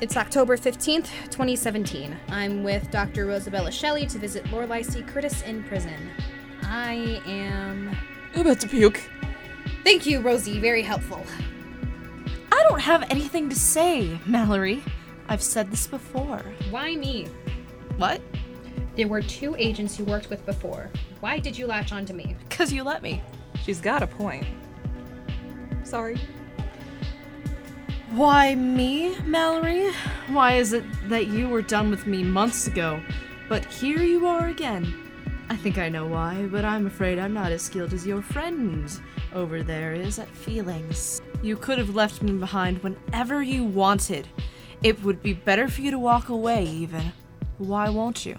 It's October 15th, 2017. I'm with Dr. Rosabella Shelley to visit Lorelei C. Curtis in prison. I am. I'm about to puke. Thank you, Rosie. Very helpful. I don't have anything to say, Mallory. I've said this before. Why me? What? There were two agents you worked with before. Why did you latch onto me? Because you let me. She's got a point. Sorry. Why me, Mallory? Why is it that you were done with me months ago, but here you are again? I think I know why, but I'm afraid I'm not as skilled as your friend over there is at feelings. You could have left me behind whenever you wanted. It would be better for you to walk away, even. Why won't you?